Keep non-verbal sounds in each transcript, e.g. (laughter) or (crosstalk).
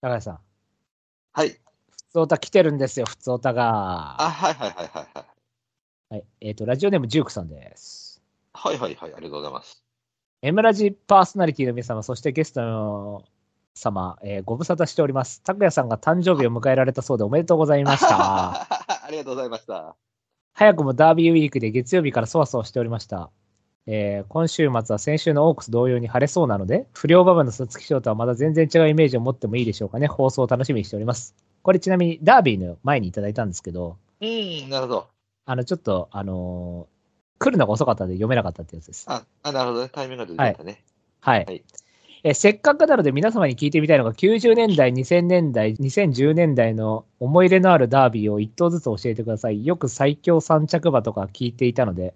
高橋さん、はい。ふつおた来てるんですよ、ふつおたが。あ、はいはいはいはいはい。はい、えっ、と、ラジオネームジュークさんです。はいはいはい、ありがとうございます。エムラジパーソナリティの皆様、そしてゲストの様、えーご無沙汰しております。拓也さんが誕生日を迎えられたそうでおめでとうございまし (laughs) た。ありがとうございました。早くもダービーウィークで月曜日からそわそわしておりました。えー今週末は先週のオークス同様に晴れそうなので、不良ババの鈴木翔太はまだ全然違うイメージを持ってもいいでしょうかね。放送を楽しみにしております。これちなみにダービーの前にいただいたんですけど、うん、なるほど。あの、ちょっと、あのー来るのが遅かったんで読めなかったってやつです。あ、あなるほどね。タイミングが出てたね。はい。はいえーせっかくなので皆様に聞いてみたいのが、90年代、2000年代、2010年代の思い入れのあるダービーを一頭ずつ教えてください。よく最強三着馬とか聞いていたので、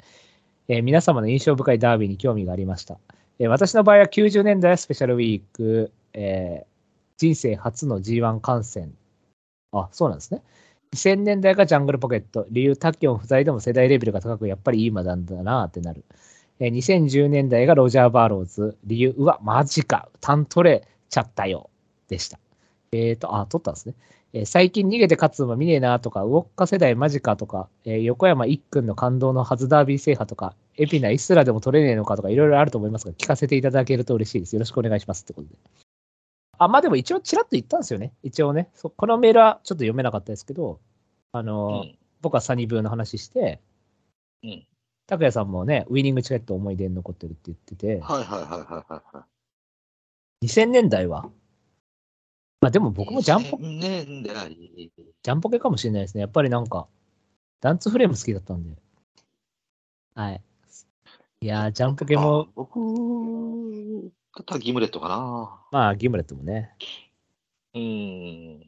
えー皆様の印象深いダービーに興味がありました。えー私の場合は90年代はスペシャルウィーク、えー人生初の G1 観戦。あ、そうなんですね。2000年代がジャングルポケット。理由、タッキョン不在でも世代レベルが高く、やっぱりいい馬なんだなってなる。えー2010年代がロジャー・バーローズ。理由、うわ、マジか。単取れちゃったよ。でした。えっ、と、あ、取ったんですね。えー最近逃げて勝つ馬見ねえなとか、魚っか世代マジかとか、えー横山一君の感動の初ダービー制覇とか、エピナイスラでも取れねえのかとか、いろいろあると思いますが、聞かせていただけると嬉しいです。よろしくお願いします。ってことで。あ、まあでも一応ちらっと言ったんですよね。一応ね。そこのメールはちょっと読めなかったですけど、あうのーん。僕はサニブーの話して、うん。拓也さんもね、ウィニングチケット思い出に残ってるって言ってて、はいはいはいはいはいはい。 2000年代は、まあでも僕もジャンポ、 2000年代。ジャンポケかもしれないですね。やっぱりなんか、ダンツフレーム好きだったんで。はい。いやー、ジャンポケもあ、僕だったらギムレットかな。まあ、ギムレットもね。 (laughs) うん。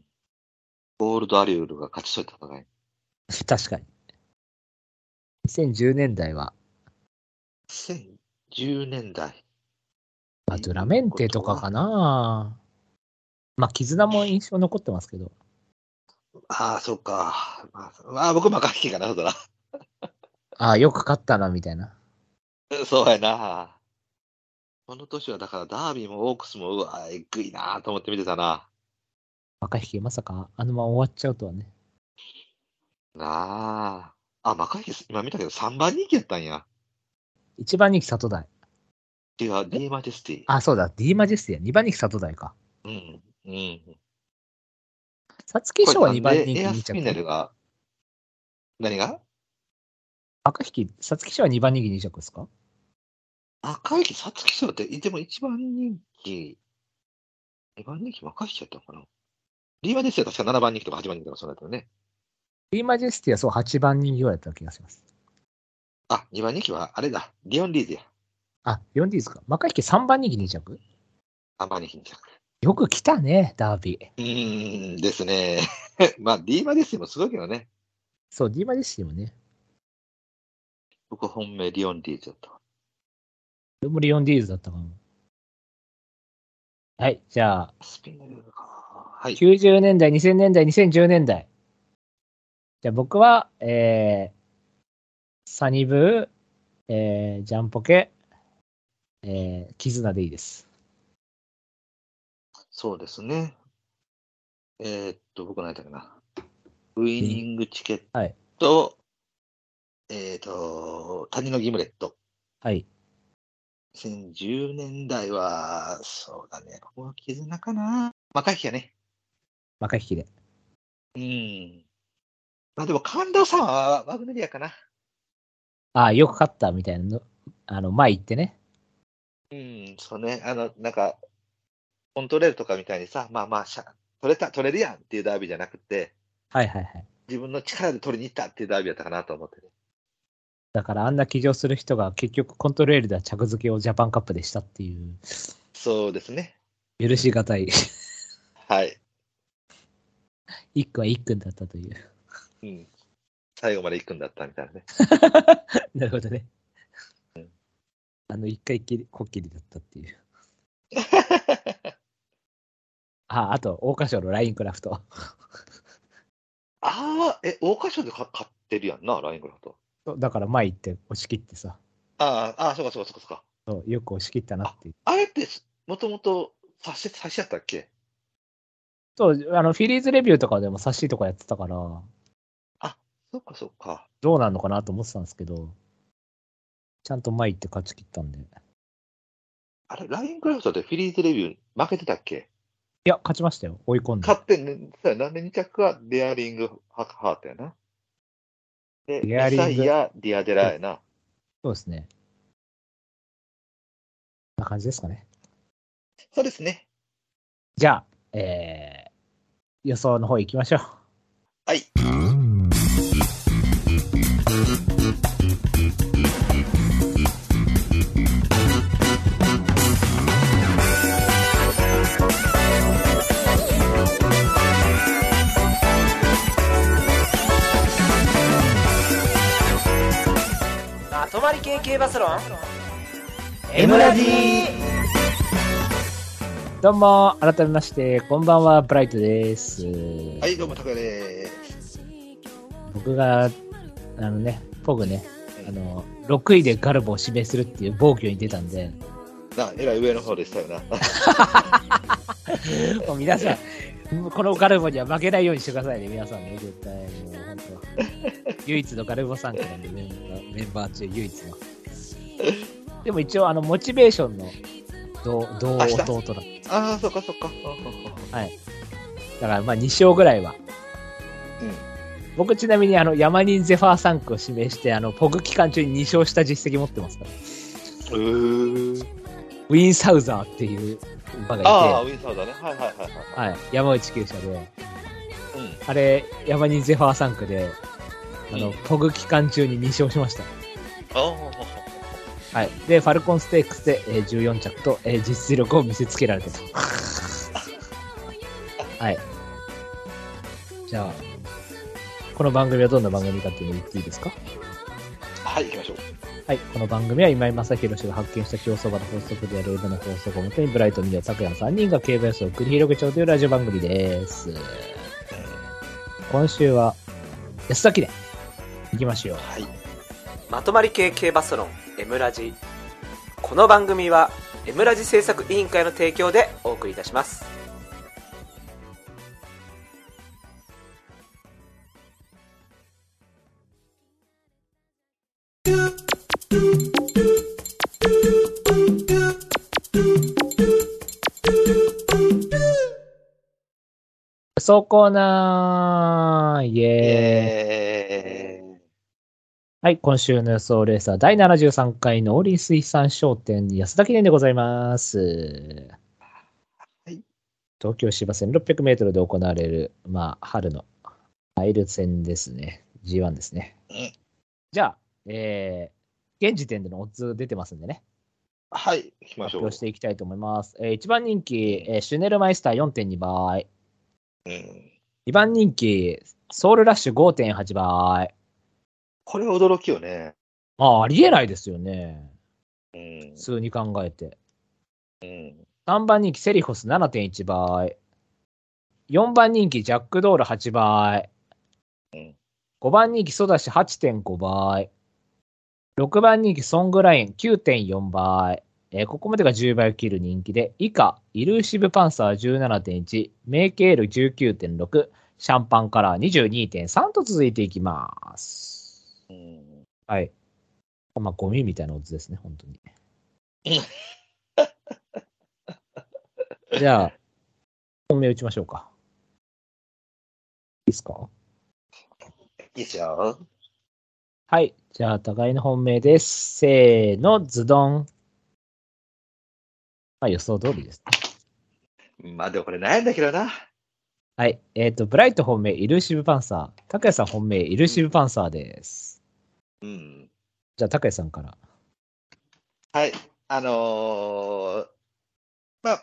ゴールドアリュールが勝ち取った戦い。確かに。2010年代は、 2010年代。まあ、ドゥラメンテとかかな。まあ、絆も印象残ってますけど。ああ、そうか。まあ、まあ、僕、マカヒキかな、そうだああ、よく勝ったな、みたいな。な。そうやな。この年は、だから、ダービーもオークスも、うわ、えぐいなと思って見てたな。若引き、まさか、あのまま終わっちゃうとはね。なあ。あ、マカヒキ、今見たけど、3番人気やったんや。 1番人気里大。違う、ディーマジェスティ。あ、そうだ、D マジェスティア、2番人気里大か。うん。うん。サツキ賞は2番人これなんで気2エアスピネル着。が、何が赤引き、サツキ賞は2番人気2着ですか赤い木、さつき賞って、でも一番人気、二番人気、若い人やったのかなリーマですよ、確か7番人気とか8番人気とかそうだったよね。 ?D マジェスティア、そう、8番人気ぐらいだった気がします。あ、2番人気は、あれだ、リオン・リーズや。あ、4D ですか赤引き3番人気2着3番人気にした。よく来たね、ダービー。うーん、ですね。 (laughs) まあ、リーマですよ、もすごいけどね。そう、D マジェスティアもね。僕、本命、リオン・リーズだったわ。これもリオンディーズだったかも。はい、じゃあ、スピンルか。はい。 90年代、2000年代、2010年代。じゃあ僕は、えー、サニブー、えー、ジャンポケ、えー、絆でいいです。そうですね。えーっと、僕何やったかな。ウイニングチケット、えーっと、谷のギムレット。はい。 2010年代は、そうだね、ここは絆かな。若い日やね。マカヒキで。うん。まあでも、神田さんはワグネリアかな。ああ、よく勝ったみたいなの、あの、前行ってね。うん、そうね。あの、なんか、コントレールとかみたいにさ、まあまあ、しゃ取れた、取れるやんっていうダービーじゃなくて、はいはいはい。自分の力で取りに行ったっていうダービーやったかなと思ってね。だからあんな騎乗する人が結局コントレールでは着付けをジャパンカップでしたっていう、そうですね。許し難い、 (laughs) はい。一君は一君だったという。うん。最後まで行くんだったみたいなね。なるほどね。あの、一回きり、こっきりだったって (laughs) いう。あ、あと、桜花賞のラインクラフト。ああ、え、桜花賞でか買ってるやんな、ライングラフト。だから前行って押し切ってさ、ああ、ああ、そうかそうかそうかそうか。そうよく押し切ったなっていう。あれってす、もともと差し、差しやったっけそう、あの、フィリーズレビューとかでも冊子とかやってたから、どそっかそっか。うなんのかなと思ってたんですけど、ちゃんと前行って勝ち切ったんで。いあれ、ラインクラフトでフィリーズレビュー負けてたっけや、勝ちましたよ。追い込んで。勝ってんね、そうやなんで2着はデアリングハハートやな。で、デアリングミサイやディアデラやな。そうですね。こんな感じですかね。そうですね。じゃあ、えー、予想の方行きましょう。はい。まとまり系系バスロンエムラジどうも、改めまして、こんばんは、ブライトです。は、はいどうも、高谷です。僕が、あのね、ポグね、あの、6位でガルボを指名するっていう暴挙に出たんで、な、えらい上の方でしたよな。もう皆さん、このガルボには負けないようにしてくださいね、皆さんね、絶対。もう本当唯一のガルボ参加なんで、メンバーメンバー中唯一の。でも一応、あの、モチベーションの同同明日弟だ。ああ、そっかそっか。うんうんうんだから、まあ、2勝ぐらいは。うん僕、ちなみに、あの、ヤマニン・ゼファー3区を指名して、あの、ポグ期間中に2勝した実績持ってますから。うーウィン・サウザーっていう馬あがあ、いウィンサーだね。はいはいはいはて、はい、山内厩舎で、い。うん。あれ、ヤマニン・ゼファー3区で、あの、うんポグ期間中に2勝しました。ああ、はい。で、ファルコンステークスで、えー14着と、えー実力を見せつけられたと。はい。じゃあ、この番組はどんな番組かっていうのを言っていいですかはい、行きましょう。はい。この番組は今井正弘氏が発見した競走馬の法則である M の法則をもとにブライト・ミリオ・拓也3人が競馬予想を繰り広げちゃうというラジオ番組です。今週は、安崎で、行きましょう。はい。まとまり系系バスロンエムラジこの番組はエムラジ制作委員会の提供でお送りいたしますそうコーナーイエーイえー。はい、今週の予想レースは第73回農林水産商店安田記念でございます。はい東京芝1600メートルで行われる、まあ、春のアイル戦ですね。G1 ですねうん。じゃあ、えー、現時点でのオッズ出てますんでね、はい、行きまし発ょう表し。ていきたいと思います。えー、1番人気、えーシュネルマイスター4.2倍。うん、 2番人気、ソウルラッシュ5.8倍。これは驚きよね。まあ、ありえないですよね。うん普。通に考えて。うん。 3番人気セリフォス7.1倍。4番人気ジャックドール8倍うん。 5番人気ソダシ8.5倍。6番人気ソングライン9.4倍。えーここまでが10倍を切る人気で、以下、イルーシブパンサー17.1、メイケール19.6、シャンパンカラー22.3と続いていきます。うんはい。まあ、ゴミみたいなオッズですね、本当に。じゃあ、本命打ちましょうか。いいですかいいっすよ。はい。じゃあ、互いの本命です。せーの、ズドン。まあ、予想通りです。まあでもこれ悩んだけどな。はい。えっ、と、ブライト本命、イルーシブパンサー。拓也さん本命、イルーシブパンサーです。うん。じゃあ、拓也さんから。はい。あのー、まあ、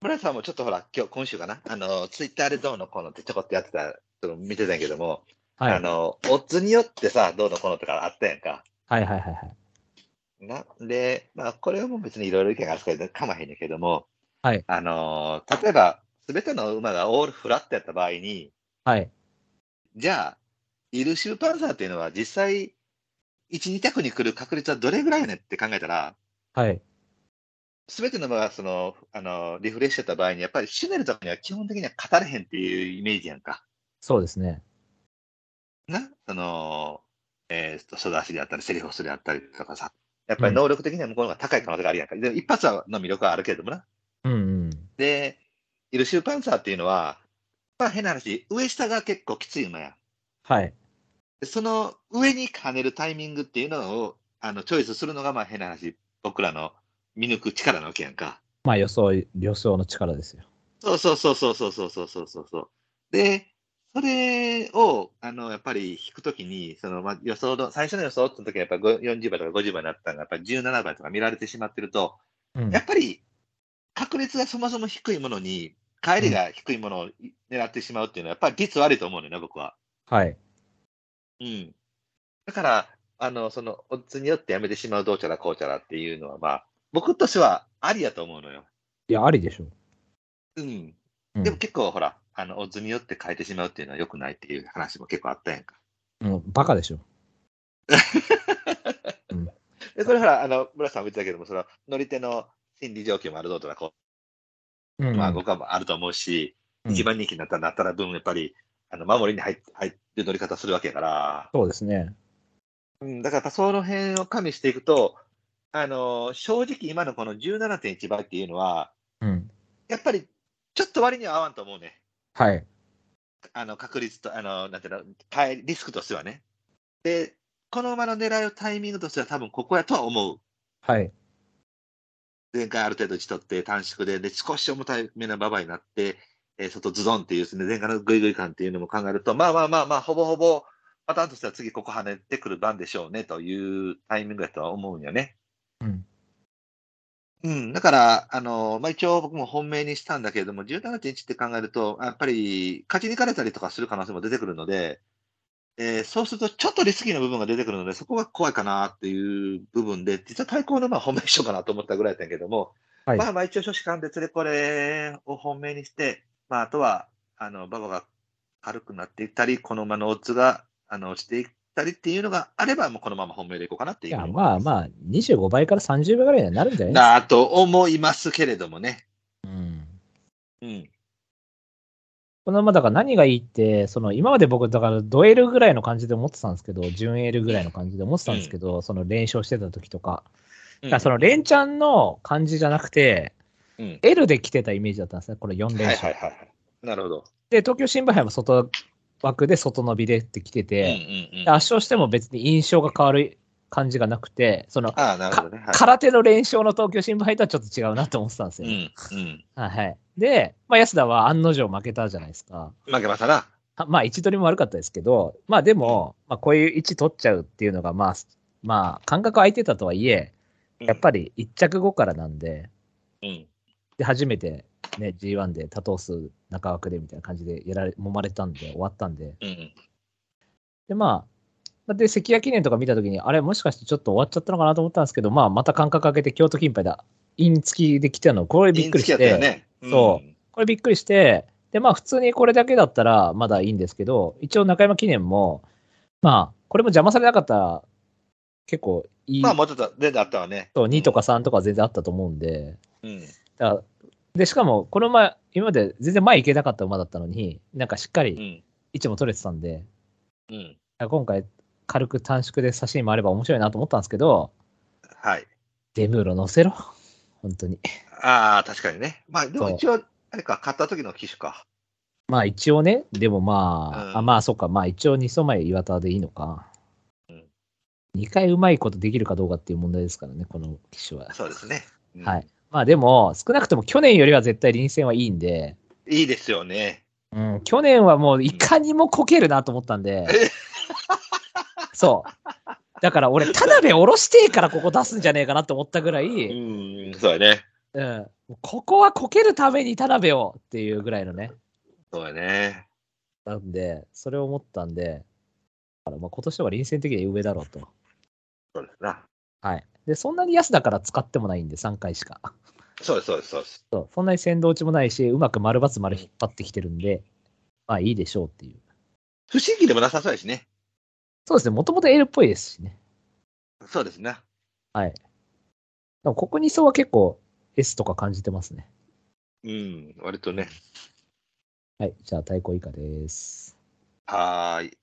村井さんもちょっとほら、今日、今週かな。あのー、ツイッターでどうのこうのってちょこっとやってた、ちょっと見てたんやけども、はい。はあいのー、オッズによってさ、どうのこうのとかあったやんか。はいはいはい。なんで、まあ、これはもう別にいろいろ意見があるからかまへんねんけども、はいあのー例えば、すべての馬がオールフラットやった場合に、はい。じゃあ、イルシューパンサーっていうのは実際、1、2択に来る確率はどれぐらいやねんって考えたら、はい。すべての馬がその、あの、リフレッシュしてた場合に、やっぱりシュネルとかには基本的には勝たれへんっていうイメージやんか。そうですね。な、その、えー、と、ソダシであったり、セリフォスであったりとかさ。やっぱり能力的には向こうの方が高い可能性があるやんか。でも一発はの魅力はあるけれどもな。うんうん。で、イルシューパンサーっていうのは、まあ変な話、上下が結構きつい馬やん。はい。でその上に跳ねるタイミングっていうのを、あの、チョイスするのが、まあ変な話、僕らの見抜く力なわけやんか。まあ予想、予想の力ですよ。そうそうそうそうそうそうそうそうそうそう。で、それを、あの、やっぱり引くときに、その、まあ、予想の、最初の予想って時はやっぱご40倍とか50倍だったのが、やっぱり17倍とか見られてしまってると、うんや。っぱり確率がそもそも低いものに、帰りが低いものを狙ってしまうっていうのは、やっぱり率悪いと思うのよね、僕は。はい。うん。だから、あの、その、オッズによってやめてしまうどうちゃらこうちゃらっていうのは、まあ、僕としてはありやと思うのよ。いや、ありでしょう。うん。うんでも結構ほら、あの、オッズによって変えてしまうっていうのは良くないっていう話も結構あったやんか。もうバカでしょ。で、それほら、あの、村さんも言ってたけども、その、乗り手の心理状況もあるぞとか、こうう、んまあ、僕はもあると思うし、うん一番人気になったんだったら分、やっぱり、あの、守りに入っ入る乗り方するわけやから、そうですね。うん、だからやっぱその辺を加味していくと、あの、正直今のこの17.1倍っていうのは、うん。やっぱり、ちょっと割には合わんと思うね。はい。あの確率と、あのなんていうの、変えリスクとしてはね。で、この馬の狙いをタイミングとしては、多分ここやとは思う。はい。前回ある程度打ち取って短縮で、で少し重たいめな馬場になって、えー外ズドンっていうですね、前回のグイグイ感っていうのも考えると、まあまあまあまあ、ほぼほぼ、パターンとしては次ここ跳ねてくる番でしょうねというタイミングだとは思うんよね。うん。うん、だから、あのまあ、一応僕も本命にしたんだけれども、17.1って考えると、やっぱり勝ちに行かれたりとかする可能性も出てくるので、えーそうするとちょっとリスキーな部分が出てくるので、そこが怖いかなっていう部分で、実は対抗のまあ本命にしようかなと思ったぐらいだったんやけども、はいまあまあ一応初子間で連れこれを本命にして、まああとは、あの、馬場が軽くなっていったり、この馬のオッズが、あの、落ちていったりっていうのがあれば、もうこのまま本命でいこうかなっていいうふうや、に思いまああ。まあ、25倍から30倍ぐらいにはなるんじゃないなあと思いますけれどもね。うん。うん。このままだから何がいいって、その今まで僕、だからドエルぐらいの感じで思ってたんですけど、準エルぐらいの感じで思ってたんですけど、その連勝してた時とか、だからその連チャンの感じじゃなくて、うん L で来てたイメージだったんですね、これ4連勝。はいはいはいはい。なるほど。で、東京新聞杯も外枠で外伸びでって来てうんうて、んうん。で圧勝しても別に印象が変わる感じがなくて、そのああ、なるほどね。はい空手の連勝の東京新聞杯とはちょっと違うなと思ってたんですうよ、んうん。はいはい。で、まあ、安田は案の定負けたじゃないですか。負けましたな。あまあ、位置取りも悪かったですけど、まあでも、まあ、こういう位置取っちゃうっていうのが、まあ、まあ、間隔空いてたとはいえ、やっぱり1着後からなんで、り。で、初めて、ね、G1 で多頭数中枠でみたいな感じでやられ、揉まれたんで、終わったんで、うんうん。で、まあ、で、関谷記念とか見たときに、あれ、もしかしてちょっと終わっちゃったのかなと思ったんですけど、まあ、また間隔空けて京都金杯だ、イン付きで来たの、これびっくりして、インチキやったよね。そうん。これびっくりして、で、まあ普通にこれだけだったらまだいいんですけど、一応中山記念も、まあ、これも邪魔されなかったら、結構いい、まあ、もうちょっと、で、だったわね。と2とか3とか全然あったと思うんで、うん。だからで、しかもこの前、今まで全然前行けなかった馬だったのに、なんかしっかうりん。位置も取れてたんで、うん。今回軽く短縮で差しに回れば面白いなと思ったんですけど、はい。デムーロ乗せろ。 (laughs) 本当に。ああ、確かにね。まあ、でもそう一応、あれか、買った時の機種か。まあ一応ね、でもまあ、うんあまあそうか、まあ一応2走前岩田でいいのか。2回うまいことできるかどうかっていう問題ですからね、この機種は。そうですね。うんはい。まあでも、少なくとも去年よりは絶対臨戦はいいんで、いいですよね。うん、去年はもういかにもこけるなと思ったんで、 (laughs) そう。だから俺、田辺下ろしてえからここ出すんじゃねえかなと思ったぐらうい、ん、そうやね。うん、ここはこけるために田辺をっていうぐらいのね。そうやね。なんで、それを思ったんで、だからまあ今年は臨戦的には上だろうと。そうですな。はい。で、そんなに安だから使ってもないんで、3回しか。そうです、そうです、そうです。そうそんなに先導落ちもないし、うまく丸×丸引っ張ってきてるんで、まあいいでしょうっていう。不思議でもなさそうやしね。そうですね、もともと L っぽいですしね。そうですね。でもここ2走は結構、 S とか感じてますね。うん、割とね。はい。じゃあ、太鼓以下です。はーい。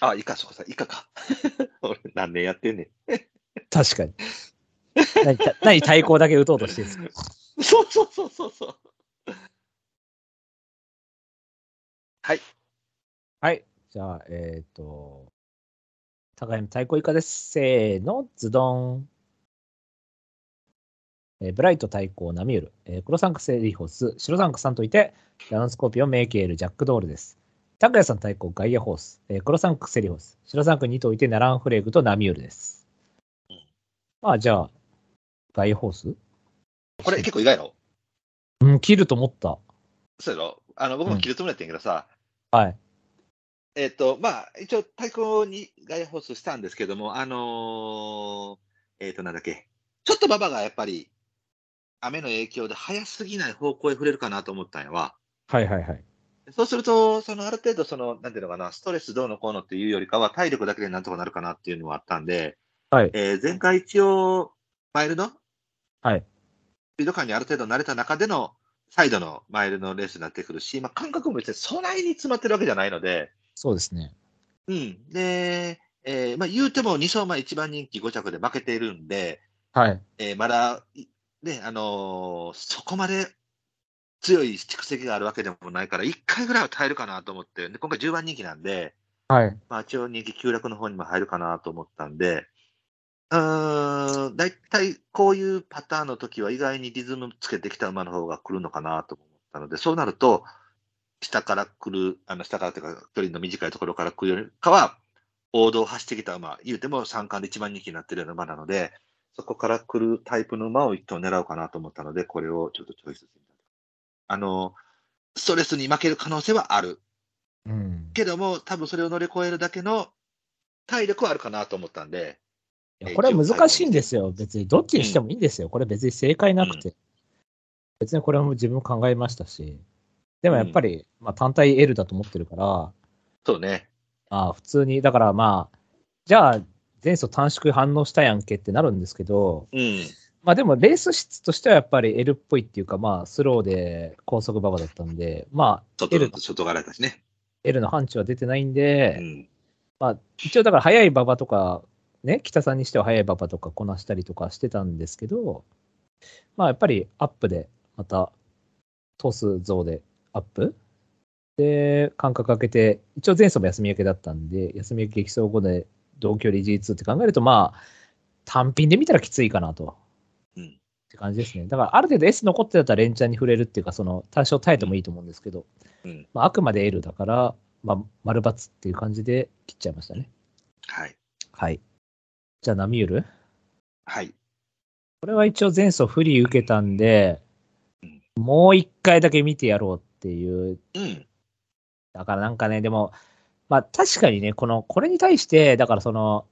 あ、イカ、そうかさ、イカか。 (laughs) 俺、何年やってんね確かに。何、た何対抗だけ打とうとしてるんですかん。そうそうそうそうそう。 (laughs) はい。じゃあ、えっ、と、高山太鼓以下です。せーの、ズドン。えーブライト対抗ナミュール、えー黒サンクセリホス、白サンクさんといて、ラノンスコーピオン、メイケール、ジャックドールです。タクヤさん対抗ガイアホース、えー黒サンクセリホス、白サンクにといてナランフレーグとナミュールです。まあ、じゃあ、ガイアホースこれ結構意外やろうん、切ると思った。そうやろあの、僕も切るつもりやってんけどさ、はい。えっ、と、まあ、一応、対抗に外放送したんですけども、あのーえっ、と、なんだっけ、ちょっと馬場がやっぱり、雨の影響で早すぎない方向へ触れるかなと思ったんやわ。はいはいはい。そうすると、そのある程度、その、なんていうのかな、ストレスどうのこうのっていうよりかは、体力だけでなんとかなるかなっていうのはあったんで、はいえー前回一応、マイルの、はいスピード感にある程度慣れた中での、サイドのマイルのレースになってくるし、まあ、感覚も別にそないに詰まってるわけじゃないので、そうですね。うん。で、えーまあ、言うても2走前一番人気5着で負けているんで、はい。えーまだ、いね、あのーそこまで強い蓄積があるわけでもないから、1回ぐらいは耐えるかなと思って、で今回10番人気なんで、はい。まあ、一応人気急落の方にも入るかなと思ったんで、うーん、大体こういうパターンの時は意外にリズムつけてきた馬の方が来るのかなと思ったので、そうなると、下から来る、あの下からというか、距離の短いところから来るよりかは、王道を走ってきた馬、言うても三冠で一番人気になってるような馬なので、そこから来るタイプの馬を一頭狙おうかなと思ったので、これをちょっとチョイスしてみた。あの、ストレスに負ける可能性はある。うん。けども、多分それを乗り越えるだけの体力はあるかなと思ったんで、いやこれは難しいんですよ。別にどっちにしてもいいんですよ。これ別に正解なくて。別にこれも自分考えましたし。でもやっぱり、まあ単体 L だと思ってるから、そうね、ああ普通に、だからまあ、じゃあ前走短縮反応したやんけってなるんですけど、うん、まあでもレース質としてはやっぱり L っぽいっていうか、まあスローで高速馬場だったんで、まあ外 L 外柄だしね、 L の範疇は出てないんうで、ん、一応だから早い馬場とか、ね、北さんにしては早い馬場とかこなしたりとかしてたんですけど、まあやっぱりアップで、また、トス増でアップで、間隔空けて、一応前走も休み明けだったんで、休み明け激走後で同距離 G2 って考えると、まあ、単品で見たらきついかなと。うんって感じですね。だからある程度 S 残ってたら連チャンに触れるっていうか、その多少耐えてもいいと思うんですけど、うんまあ、あくまで L だから、まあ、丸×っていう感じで切っちゃいましたね。はい、はい。じゃあ、ナミュールはい、これは一応前走不利受けたんでうん、もう一回だけ見てやろうっていう。うん、だからなんかね、でも、まあ確かにね、この、これに対して、だからその、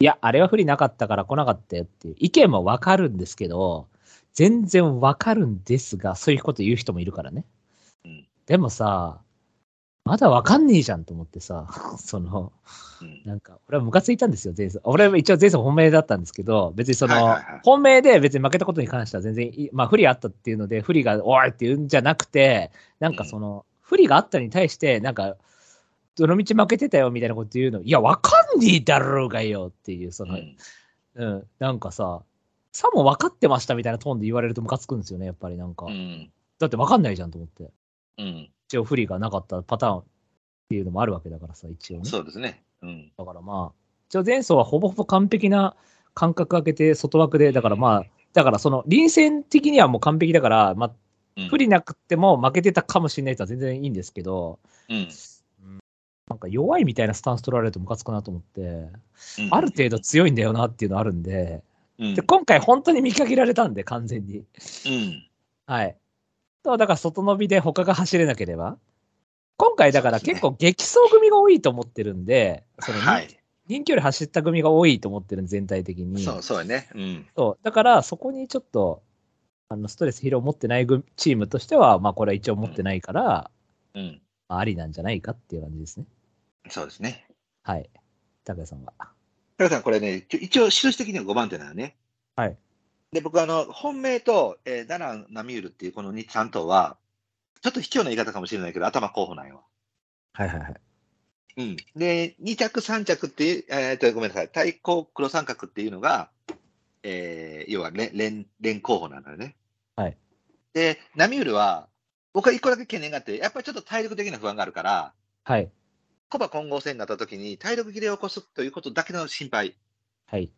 いや、あれは不利なかったから来なかったよっていう意見もわかるんですけど、全然わかるんですが、そういうこと言う人もいるからね。うんでもさ、まだわかんねえじゃんと思ってさ、 (laughs) その、うん、なんか、俺はムカついたんですよ、前走。俺は一応前走本命だったんですけど、別にそはいはいのはい、本命で別に負けたことに関しては全然いい、まあ不利あったっていうので、不利が、おいって言うんじゃなくて、なんかその、不利があったに対して、なんか、どの道負けてたよみたいなこと言うの、いや、わかんねえだろうがよっていう、その、うんうん、なんかさ、さも分かってましたみたいなトーンで言われるとムカつくんですよね、やっぱりなんかう。ん、だって分かんないじゃんと思って。うん、一応不利がなかったパターンっていうのもあるわけだからさ、一応ね。そうですね、うん、だからまあ、一応前走はほぼほぼ完璧な間隔空けて、外枠で、だからまあ、だからその臨戦的にはもう完璧だから、まうんあ、不利なくても負けてたかもしれないとは全然いいんですけど、うん、なんか弱いみたいなスタンス取られるとムカつくなと思って、うんある、程度強いんだよなっていうのあるんで、うんで、今回本当に見限られたんで、完全に。うん、はい。そう、だから外伸びで他が走れなければ。今回だからそうで結すね構激走組が多いと思ってるんで、そのはい、人気より走った組が多いと思ってるん全体的に。そう、そうやね、うん、そう。だから、そこにちょっと、あの、ストレス疲労持ってないぐチームとしては、まあ、これは一応持ってないから、うん、まあ、ありなんじゃないかっていう感じですね。そうですね。はい。高谷さんは。高橋さん、これね、一応、印的には5番手なのね。はい。で、僕、あの、本命と、えーダナン・ナミュールっていうこの2、3頭は、ちょっと卑怯な言い方かもしれないけど、頭候補なんよ。はいはいはい。うん。で、2着、3着っていう、えーっと、ごめんなさい、対抗黒三角っていうのが、えー要は連、連、連候補なんだよね。はい。で、ナミュールは、僕は一個だけ懸念があって、やっぱりちょっと体力的な不安があるから、はい。コバ混合戦になった時に体力切れを起こすということだけの心配。はい。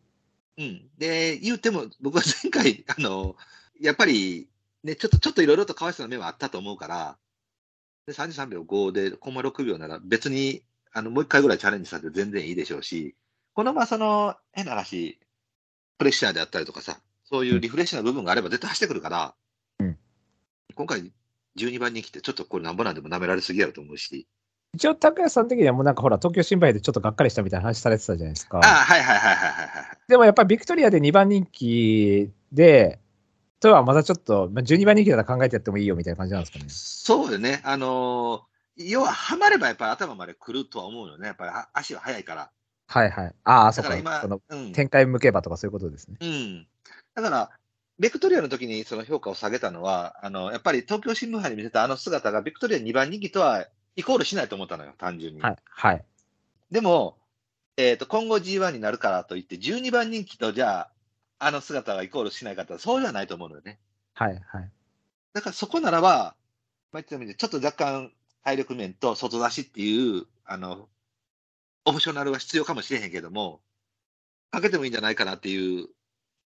うん。で、言うても、僕は前回、 (laughs) あの、やっぱり、ね、ちょっと、ちょっといろいろとかわいそうな面はあったと思うから、で、33秒5で、コンマ6秒なら別に、あの、もう一回ぐらいチャレンジしたって全然いいでしょうし、このままその、変な話、プレッシャーであったりとかさ、そういうリフレッシュな部分があれば絶対走ってくるから、うん今回、12番に来て、ちょっとこれなんぼなんでも舐められすぎやろと思うし、一応、高橋さん的にはもうなんかほら、東京新聞でちょっとがっかりしたみたいな話されてたじゃないですか。ああ、はいはいはいはいはいはい。でもやっぱりビクトリアで2番人気で、とはまたちょっと、まあ、12番人気なら考えてやってもいいよみたいな感じなんですかね。そうよね。あのー要は、はまればやっぱり頭まで来るとは思うよね。やっぱりあ足は速いから。はいはい。ああ、そだうかから今、そのうん。展開向けばとかそういうことですね。うん。だから、ビクトリアの時にその評価を下げたのは、あの、やっぱり東京新聞杯に見せたあの姿がビクトリア2番人気とはイコールしないと思ったのよ、単純に。はい。はい。でも、えっ、と、今後 G1 になるからといって、12番人気とじゃあ、あの姿がイコールしないかと、そうじゃないと思うのよね。はい。はい。だからそこならば、まあ、言ってみればちょっと若干体力面と外出しっていう、あの、オプショナルは必要かもしれへんけども、かけてもいいんじゃないかなっていう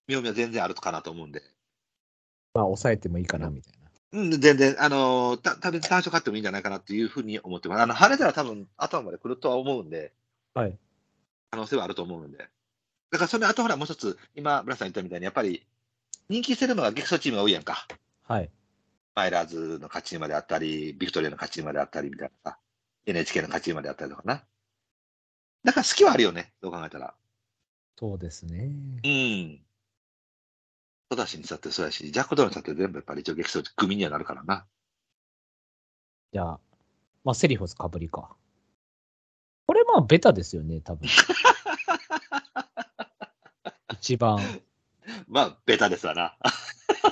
妙味は全然あるかなと思うんで。まあ、抑えてもいいかなみたいな。うん、全然、あの、た多分単勝買ってもいいんじゃないかなっていうふうに思ってます。あの、晴れたら多分頭まで来るとは思うんで、はい。可能性はあると思うんで。だからそれ、あとほら、もう一つ、今、村さん言ったみたいに、やっぱり、人気してるのが激走チームが多いやんか。はい。マイラーズの勝ち馬であったり、ビクトリアの勝ち馬であったりみたいなさ、NHK の勝ち馬であったりとかな。だから好きはあるよね、どう考えたら。そうですね。うん。ソダシにしたってそうやし、ジャック・ドーンにしたって全部やっぱり一応激走組にはなるからな。じゃあ、まあ、セリフォスかぶりか。これまあ、ベタですよね、多 (laughs) 分。一番。まあ、ベタですわな。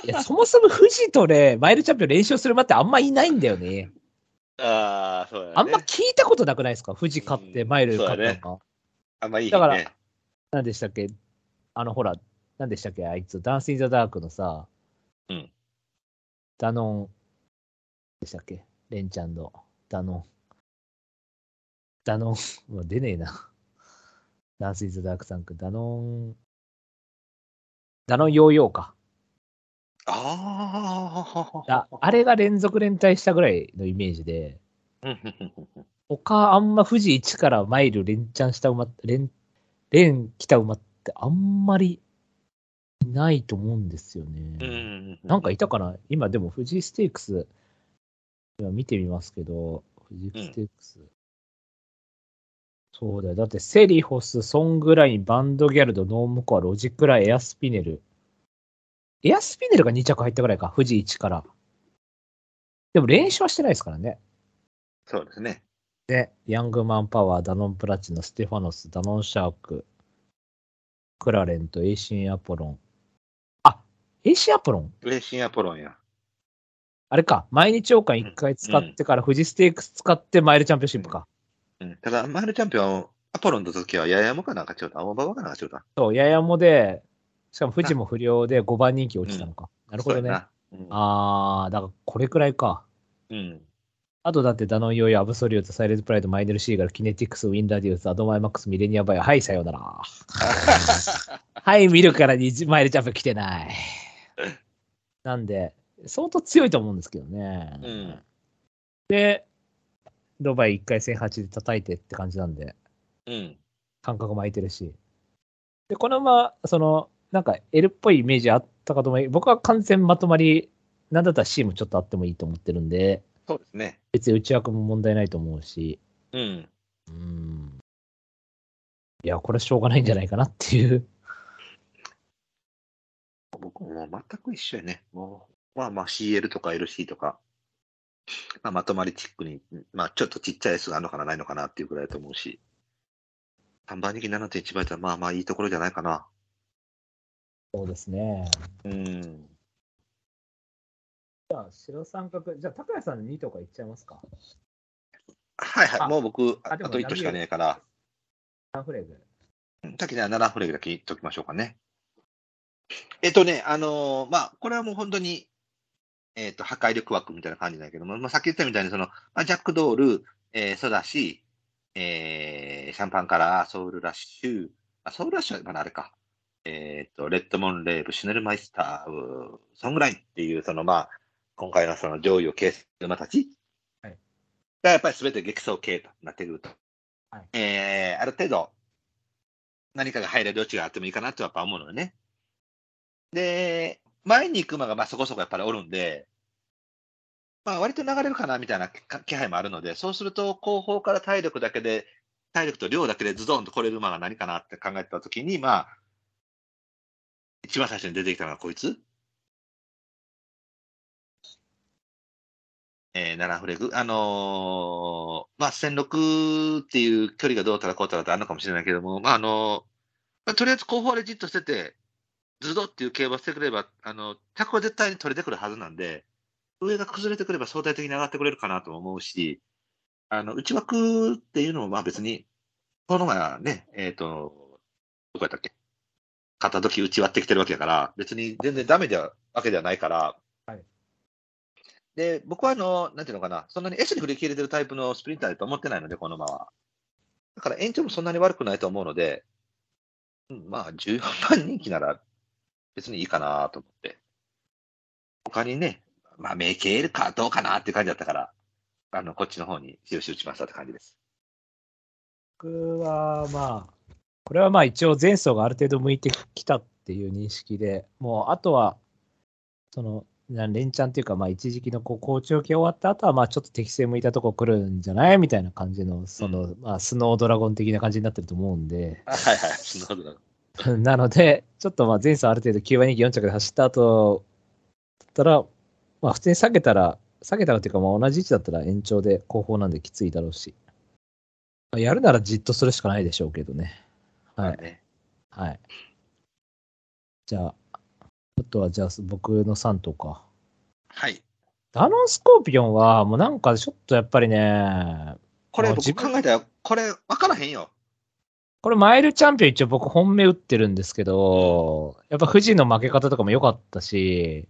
いや、そもそも富士とね、マイルチャンピオン練習する馬ってあんまいないんだよね。ああ、そうやね。あんま聞いたことなくないですか富士勝って、マイル勝っうんそうてやねとか。あんまいいね。だから何でしたっけあの、ほら、何でしたっけあいつ、ダンス・イン・ザ・ダークのさ、うん。ダノン、でしたっけレンちゃんの、ダノン。ダノン、 (laughs) もう出ねえな。ダンス・イン・ザ・ダークさんく、ダノン、ダノン・ヨーヨーか。ああ。ああれが連続連帯したぐらいのイメージで、他あんま富士1からマイル連チャンした馬、連、連来た馬ってあんまりいないと思うんですよね。うん。なんかいたかな今でも富士ステークス、今見てみますけど、富士ステークス。そうだよ。だってセリホス、ソングライン、バンドギャルド、ノームコア、ロジクラ、エアスピネル。エアスピネルが2着入ったぐらいか、富士1から。でも練習はしてないですからね。そうですね。で、ヤングマンパワー、ダノンプラチナ、ステファノス、ダノンシャーク、クラレント、エイシンアポロン。あ、エイシンアポロンウレシンアポロンや。あれか、毎日王冠1回使ってから、富士ステークス使ってマイルチャンピオンシップか。うん。ただ、マイルチャンピオン、アポロンの時は、ややもかなんかちょうだ、アモババかなんかちょうだ。そう、ややもで、しかも富士も不良で5番人気落ちたのか。なるほどそうね。やあな。うんあー、だからこれくらいか。うん。あとだって、ダノンヨイ、アブソリュート、サイレントプライド、マイネルシーガル、キネティクス、ウィンダーディウス、アドマイマックス、ミレニアバイア。はい、さようなら。はい、見るからにマイルチャンピオン来てない。なんで、相当強いと思うんですけどね。うんで、ドバイ1回戦8で叩いてって感じなんで。うん。感覚も空いてるし。で、このまま、その、なんか L っぽいイメージあったかと思い、僕は完全まとまり、なんだったら C もちょっとあってもいいと思ってるんで、そうですね。別に内枠も問題ないと思うし、うん。うーん。いや、これしょうがないんじゃないかなっていう。僕ももう全く一緒やね。もう、まあまあ CL とか LC とか、まあまとまりチックに、まあちょっとちっちゃい S があるのかな、ないのかなっていうぐらいだと思うし、3番人気7.1倍ってのはまあまあいいところじゃないかな。そうですね。うん。じゃあ、白三角、じゃあ、高谷さんの2とかいっちゃいますか。はいはあい、もう僕、ああでもと1頭しかねえから、サンフレーズ。うんさっきね、7フレーズだけ言っときましょうかね。えっとね、あのーまあ、これはもう本当に、えっ、と、破壊力枠みたいな感じだけども、まあ、さっき言ったみたいに、その、まあ、ジャックドール、えー、ソダシ、えー、シャンパンカラー、ソウルラッシュ、あソウルラッシュはまだあれか、えっ、と、レッドモンレーブ、シュネルマイスター、うーソングラインっていう、その、まあ、今回のその上位を形成する馬たちはいが、やっぱり全て激走系となってくると。はいえーある程度、何かが入れる余地があってもいいかなとやっぱ思うのよね。で、前に行く馬がまあそこそこやっぱりおるんで、まあ割と流れるかなみたいな気気配もあるので、そうすると後方から体力だけで、体力と量だけでズドンと来れる馬が何かなって考えてたときに、まあ、一番最初に出てきたのがこいつ。えー、ナラフレグ。あのーまあ、1006っていう距離がどうたらこうたらってあるのかもしれないけども、まあ、あのーまあ、とりあえず後方でじっとしてて、ズドっていう競馬してくれば、あの、着は絶対に取れてくるはずなんで、上が崩れてくれば相対的に上がってくれるかなとも思うし、あの、内枠っていうのも、まあ別に、この前はね、えっ、と、どこやったっけ片時内割ってきてるわけだから、別に全然ダメでは、わけではないから、はいで、僕はあの、なんていうのかな、そんなに S に振り切れてるタイプのスプリンターだと思ってないので、この馬は。だから延長もそんなに悪くないと思うので、うん、まあ14番人気なら別にいいかなと思って。他にね、まあ、メイケールかどうかなっていう感じだったから、あの、こっちの方に印打ちましたって感じです。僕はまあ、これはまあ一応前走がある程度向いてきたっていう認識で、もうあとは、その、な連チャンっていうか、まあ一時期のこう、好調期終わった後は、まあちょっと適性向いたとこ来るんじゃないみたいな感じの、その、まあスノードラゴン的な感じになってると思うんで、あはい (laughs) はい。なるほどなる (laughs) ほなので、ちょっとまあ前走ある程度9割2 4着で走った後、だったら、まあ普通に下げたら、下げたらっていうか、まあ同じ位置だったら延長で後方なんできついだろうし、まあやるならじっとするしかないでしょうけどね。どはい。ねはい。じゃあ、あとはじゃあ僕の3とか。はい。ダノンスコーピオンは、もうなんかちょっとやっぱりね、これあ僕自分考えたら、これ分からへんよ。これマイルチャンピオン一応僕本命打ってるんですけど、やっぱ富士の負け方とかも良かったし、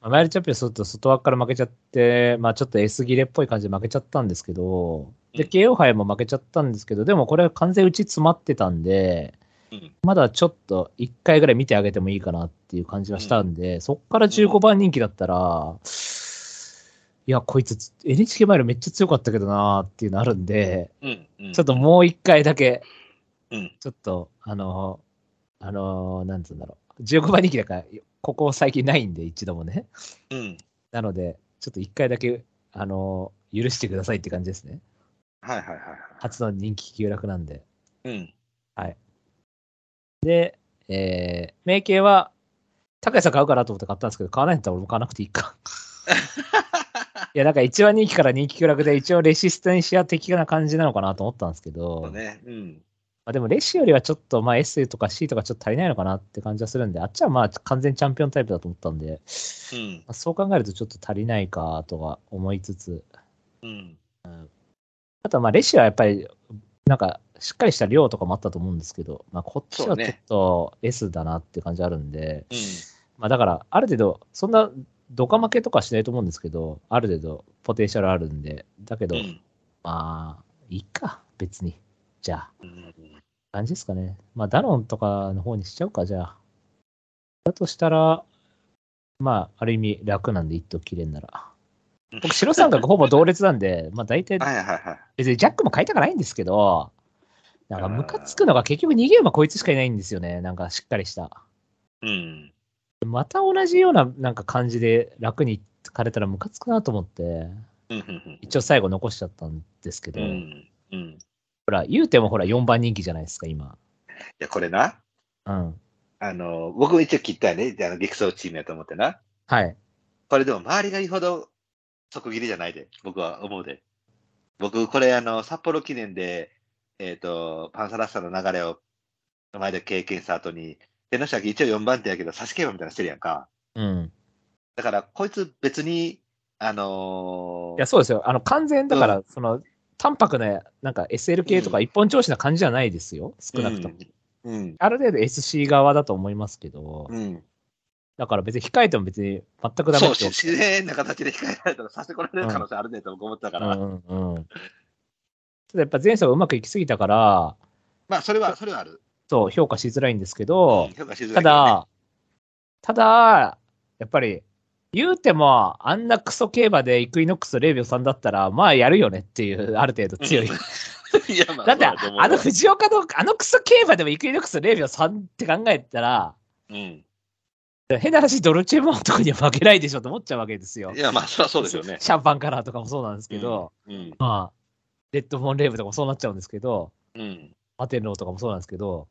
まあマイルチャンピオンすると外枠から負けちゃって、まあちょっと S 切れっぽい感じで負けちゃったんですけど、で、うん KO 杯も負けちゃったんですけど、でもこれ完全打ち詰まってたんで、うんまだちょっと1回ぐらい見てあげてもいいかなっていう感じはしたんで、そっから15番人気だったら、いや、こいつ NHK マイルめっちゃ強かったけどなーっていうのあるんで、うん。うん。ちょっともう1回だけ、うん。ちょっと、あのあのなんつうんだろう、15番人気だから、ここ最近ないんで、一度もね。うん。なので、ちょっと一回だけ、あの許してくださいって感じですね。はいはいはいは初の人気急落なんで。い。うん。えー、名系は、高橋さん買うかなと思って買ったんですけど、買わないんだったら俺も買わなくていい (laughs) か。いや、なんか一番人気から人気急落で、一応レシステンシア的な感じなのかなと思ったんですけそど、うね。うん。まあ、でもレシよりはちょっと、まあ S とか C とかちょっと足りないのかなって感じはするんで、あっちはまあ完全チャンピオンタイプだと思ったんで、うんま。あそう考えるとちょっと足りないかとは思いつつ、うん。あとはまあレシはやっぱり、なんか、しっかりした量とかもあったと思うんですけど、まあ、こっちそうはちょっねと S だなって感じあるんで、うん。まあ、だから、ある程度、そんな、ドカ負けとかしないと思うんですけど、ある程度、ポテンシャルあるんで、だけど、うん。まあ、いいか、別に。じゃあ、うん感じですかね。まあ、ダノンとかの方にしちゃうか、じゃあ。だとしたら、まあ、ある意味楽なんで、一頭切れんなら。僕、白三角ほぼ同列なんで、まあ、大体はいはいはい。別にジャックも買いたくないんですけど、なんかムカつくのが結局逃げ馬こいつしかいないんですよね。なんかしっかりした。うん。また同じようななんか感じで楽に行かれたらムカつくなと思って、うんうん一応最後残しちゃったんですけうど、ん。うん。いほら、言うてもほら4番人気じゃないですか、今。や、これな、うん。あの、僕も一応切ったよね。であの、激走チームやと思ってな。はい。これでも周りが言うほど即切りじゃないで、僕は思うで。僕、これ、あの、札幌記念で、えっ、と、パンサラッサの流れを前で経験した後に、なしは一応4番手やけど、差し競馬みたいなのしてるやんか。うん。だから、こいつ別に、あのいーや、そうですよ。あの、完全、だから、うその、淡白な、なんか SL 系とかうん一本調子な感じじゃないですよ。少なくとも。うん、ある程度 SC 側だと思いますけど、うん、だから別に控えても別に全くダメそう、ですよ自然な形で控えられたら、差し込られる可能性あるねと僕思ってたから、うんうんうん。ただやっぱ前走がうまくいきすぎたから、まあ、それは、それはある。そう、評価しづらいんですけど、評価しづらたいけどね、だ、ただ、やっぱり、言うても、あんなクソ競馬でイクイノックス0秒3だったら、まあやるよねっていう、ある程度強い。 (laughs) いや、まだあ、って、そうと思うわあの藤岡の、あのクソ競馬でもイクイノックス0秒3って考えたら、うん。変な話、ドルチェモンとかには負けないでしょと思っちゃうわけですよい。や、まあ、それはそうですよね。シャンパンカラーとかもそうなんですけど、うん、まあ、レッドフォンレーブとかもそうなっちゃうんですけど、うん。アテンローとかもそうなんですけど、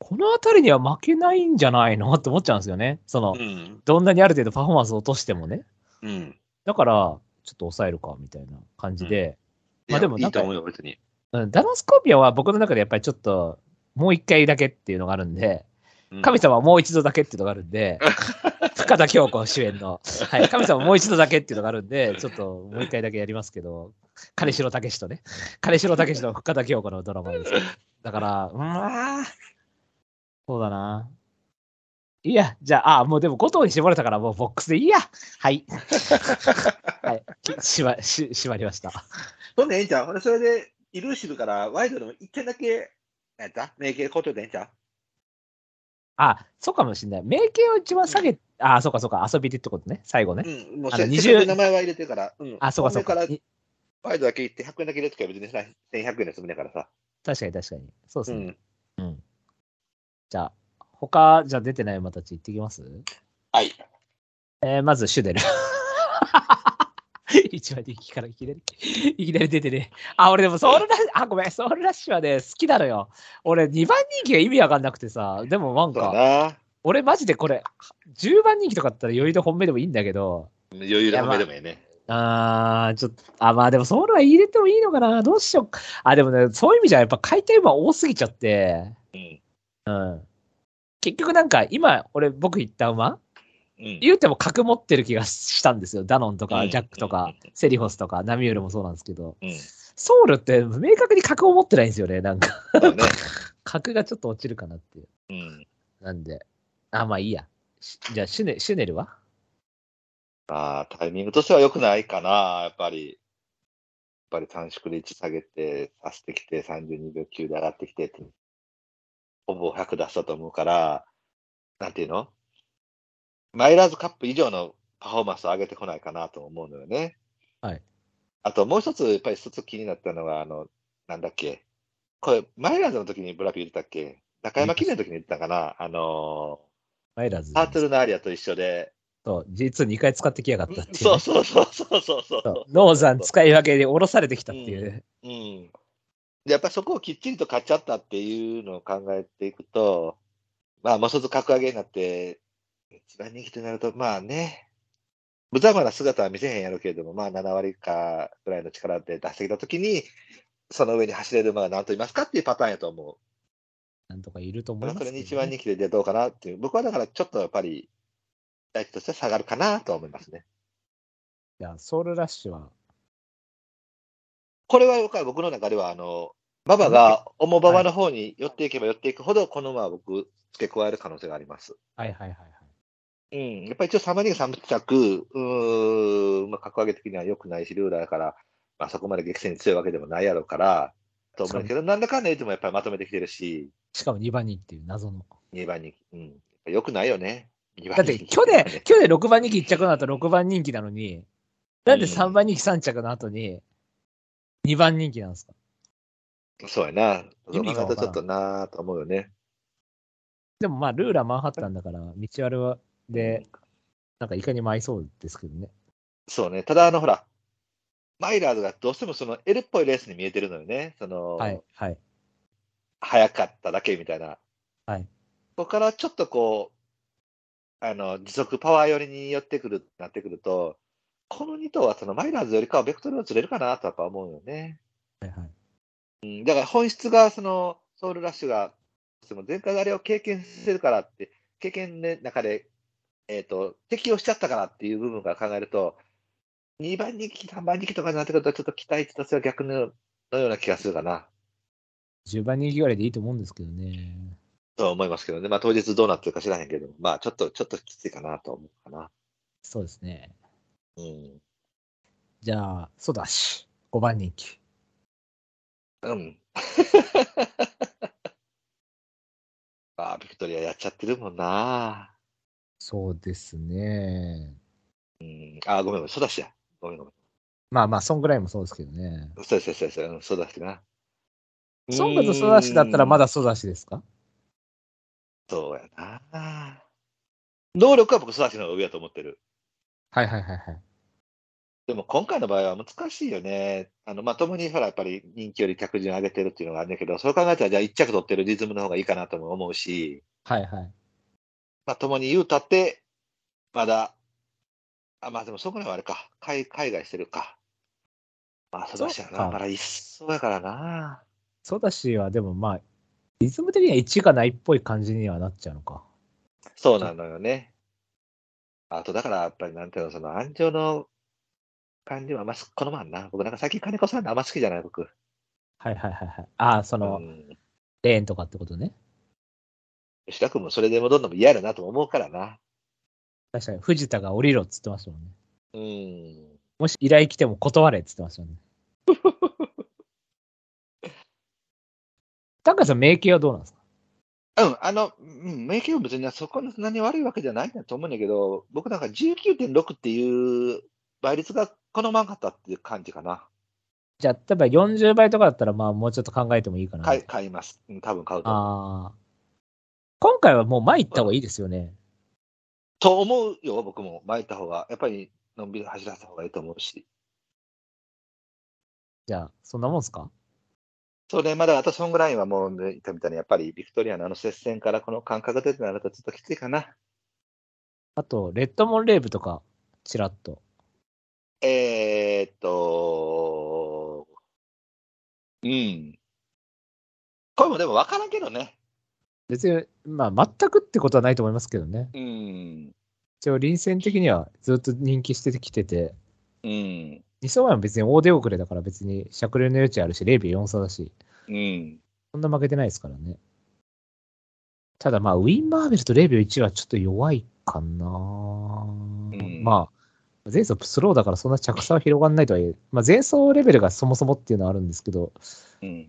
この辺りには負けないんじゃないのって思っちゃうんですよね。その、うん。どんなにある程度パフォーマンスを落としてもね。うん。だから、ちょっと抑えるか、みたいな感じで。まあでもいないんやいとか思うよ、別に。うん、ダノスコーピアは僕の中でやっぱりちょっと、もう一回だけっていうのがあるんで、うん神様はもう一度だけっていうのがあるん (laughs) で、深田恭子主演の、はい、神様はもう一度だけっていうのがあるんで、ちょっともう一回だけやりますけど、金城武とね、金城武と深田恭子のドラマです。だから、うーん、そうだな。いいや、じゃあ、あもうでも5頭に絞れたから、もうボックスでいいや。 (laughs) はい。はい、しま、し、しまりました。ほんで、ええんちゃうほんで、それで、イルーシブからワイドでも一点だけ、なんやった名形ことでええんちゃあ、そうかもしれない。名形を一番下げ、あ、そうかそうか、遊びでってことね、最後ね。ううん、もうあそのれ、 20せっかく名前は入れてるから、うん。あ、そうかそうか。本命いらワイドだけ行って100円だけ入れとけば別にさ1100円で済むねんからさ。確かに確かに。そうでうすね。ん。じゃあ、他、じゃあ出てない馬たち行ってきますはい。えー、まずシュデル。 (laughs) 一番人気からいきなり、いきなり出てね。あ、俺でもソウルラッシュ、あ、ごめん、ソウルラッシュはね、好きなのよ。俺、2番人気が意味わかんなくてさ、でもなんそうだか、な。俺マジでこれ、10番人気とかだったら余裕で本命でもいいんだけど、余裕で褒めでもええね。あー、ちょっと、あ、まあでもソウルは入れてもいいのかな、どうしようか。あ、でもね、そういう意味じゃやっぱ回転馬多すぎちゃって、うん。うん。結局なんか今、俺、僕言った馬、うん。言うても角持ってる気がしたんですよ。ダノンとうか、んジャックとうんうかん、セリフォスとか、ナミュールもそうなんですけど、うん。ソウルって明確に角を持ってないんですよね。なんか、そうだね。角がちょっと落ちるかなっていう。うん。なんで、あ、まあいいや。しじゃあシュネ、シュネルはまあ、タイミングとしては良くないかな、やっぱり。やっぱり短縮で1下げて、さしてきて、32秒9で上がってきてってほぼ100出したと思うから、なんていうのマイラーズカップ以上のパフォーマンスを上げてこないかなと思うのよね。はい。あともう一つ、やっぱり一つ気になったのは、あの、なんだっけ。これ、マイラーズの時にブラピ言ってたっけ中山記念の時に言ってたかなあのマイラーズー、タートルのアリアと一緒で、と、実2回使ってきやがったっていうね、そうそうそうそうそうそうそうノーザン使い分けで降ろされてきたっていうね。うん。でやっぱりそこをきっちりと買っちゃったっていうのを考えていくと、まあ、もう一つ格上げになって、一番人気となると、まあね、無様な姿は見せへんやろうけれども、まあ、7割かぐらいの力で出してきたときに、その上に走れる馬が何といますかっていうパターンやと思なんとかいるとう。思いますそけどれね、に一番人気で出どうかなっていう、僕はだからちょっとやっぱり、大気としては下がるかなとは思いますね。じゃあ、ソウルラッシュは、これは僕は僕の中では、あの、馬場が重馬場の方に寄っていけば寄っていくほど、この馬は僕、付け加える可能性があります。はいはいはいはい。うん。やっぱり一応3万人が3着、うーん、まあ、格上げ的には良くないし、ルーラーだから、まあ、そこまで激戦に強いわけでもないやろうから、と思うけど、なんだかんだ言ってもやっぱりまとめてきてるし、しかも2番人気っていう謎の。 2番人気、うん。やっぱ良くないよね。だだって去年、去年6番人気1着の後6番人気なのに、なんでうん3番人気3着の後に2番人気なんですか (laughs) そうやな。意味がわからんそう考えるとちょっとなぁと思うよね。でもまあルーラーマンハッタンだから、道あるはで、なんかいかにも合いそうですけどね。そうね、ただあのほら、マイラーズがどうしてもその L っぽいレースに見えてるのよね、その、はい、はい。早かっただけみたいな。はいここからちょっとこう、あの時速パワー寄りに寄ってくるなってくると、この2頭はそのマイラーズよりかはベクトルがずれるかなとやっぱ思うよね。はいはい、うんだから本質がそのソウルラッシュが、でも前回あれを経験してるからって、経験の中で、えっ、と、適用しちゃったかなっていう部分から考えると、2番人気、3番人気とかになってくると、ちょっと期待値としては逆ののような気がするかな、 10番人気ぐらいでいいと思うんですけどね。とは思いますけどね。まあ当日どうなってるか知らへんけど、まあちょっと、ちょっときついかなと思うかな。そうですね。うん。じゃあ、ソダシ、5番人気。うん。ああ、ビクトリアやっちゃってるもんな。そうですね。うん、ああ、ごめんごめん、ソダシや。ごめんごめまあまあ、そんぐらいもそうですけどね。ん。そうですそうですそうですうんソダシな。ソングとソダシだったらまだ。だソダシですかそうやな。能力は僕、ソダシの方が上だと思ってる。はいはいはいはい。でも今回の場合は難しいよね。あの、まともにほら、やっぱり人気より着順上げてるっていうのがあるんだけど、そう考えたらじゃあ1着取ってるリズムの方がいいかなとも思うし、はいはい。まともに言うたって、まだ、あ、まあでもそこらはあれか。海、海外してるか。まあ、そうだしやそうかな。まだ一層やからな。ソダシはでもまあ、リズム的には1がないっぽい感じにはなっちゃうのか。そうなのよね。あと、だから、やっぱり、なんていうの、その、安城の感じはあんま好まんな。僕、なんか最近金子さんのあんま好きじゃない、僕。はいはいはいはい。ああ、そうの、ん。レーンとかってことね。吉田君もそれでもどんどん嫌だなと思うからな。確かに、藤田が降りろっつってましたもんね。うん。もし依頼来ても断れっつってましたもんね。タカさん、名形はどうなんですかうん、あの、うん、名言は別にそこのそんなに悪いわけじゃないんだと思うんだけど、僕なんか19.6っていう倍率が好まんかったっていう感じかな。じゃあ、例えば40倍とかだったら、まあ、もうちょっと考えてもいいかな。買い、買います。うん多分買うと思う。ああ。今回はもう前行った方がいいですよね。と思うよ、僕も。巻いた方が。やっぱり、のんびり走らせた方がいいと思うし。じゃあ、そんなもんすかそれまだあとソングラインはもう言ったみたいに、やっぱりビクトリアのあの接戦からこの感覚が出てなるとちょっときついかな。あと、レッドモンレーブとか、ちらっと。えー、っと、うん。これもでも分からんけどね。別に、まあ、全くってことはないと思いますけどね。うん。一応、臨戦的にはずっと人気してきてて、うん。 2走前も別に大出遅れだから別に、酌量の余地あるし、レービー4走だし、うん。そんな負けてないですからね。ただまあ、ウィン・マーベルとレービー1はちょっと弱いかな、んまあ、前走スローだからそんな着差は広がんないとはいえ、まあ、前走レベルがそもそもっていうのはあるんですけど、うん。だ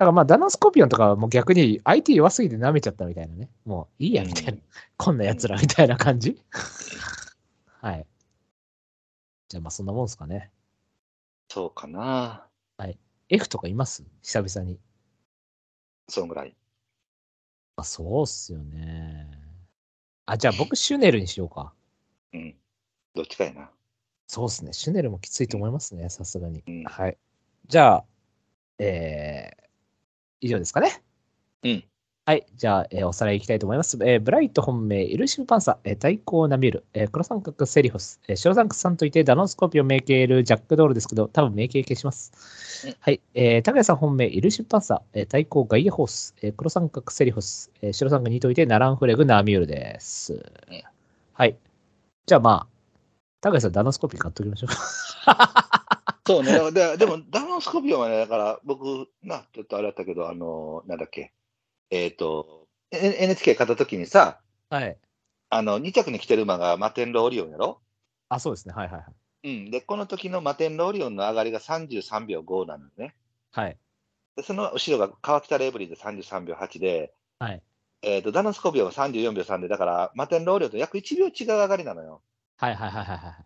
からまあ、ダノンスコーピオンとかはもう逆に IT 弱すぎて舐めちゃったみたいなね。もういいや、みたいな。うんこんな奴らみたいな感 (laughs) じはい。じゃあまあ、そんなもんですかね。そうかな。 F とかいます久々に。そんぐらい。あ、そうっすよね。あ、じゃあ僕、シュネルにしようか。うん。どっちかやな。そうっすね。シュネルもきついと思いますね、さすがにうん。はい。じゃあ、えー、以上ですかね。うん。はい。じゃあ、えーおさらいいきたいと思います。えーブライト本命、イルシブパンサー、えー対抗ナミュール、えー黒三角セリフォス、えー白三角さんといて、ダノンスコーピオン、メイケール、ジャックドールですけど、多分メイケール消します。うんはい。えー、高谷さん本命、イルシブパンサー、えー対抗ガイアホース、えー黒三角セリフォス、えー白三角にといて、ナランフレグ、ナミュールです。はい。じゃあまあ、高谷さん、ダノンスコーピオン買っときましょう。そうね。 (laughs) ででも、ダノンスコピオンはね、だから、僕、な、ちょっとあれだったけど、あの、なんだっけ。えっ、と、N- NHK 買った時にさ、はい。あの、2着に来てる馬がマテンローオリオンやろあ、そうですね。はいはいはい。うん。で、この時のマテンローオリオンの上がりが33秒5なのね。はい。で、その後ろが川北レーブリーで33秒8で、はい。えっ、と、ダノンスコピオンは34秒3で、だから、マテンローオリオンと約1秒違う上がりなのよ。はいはいはいはいはい。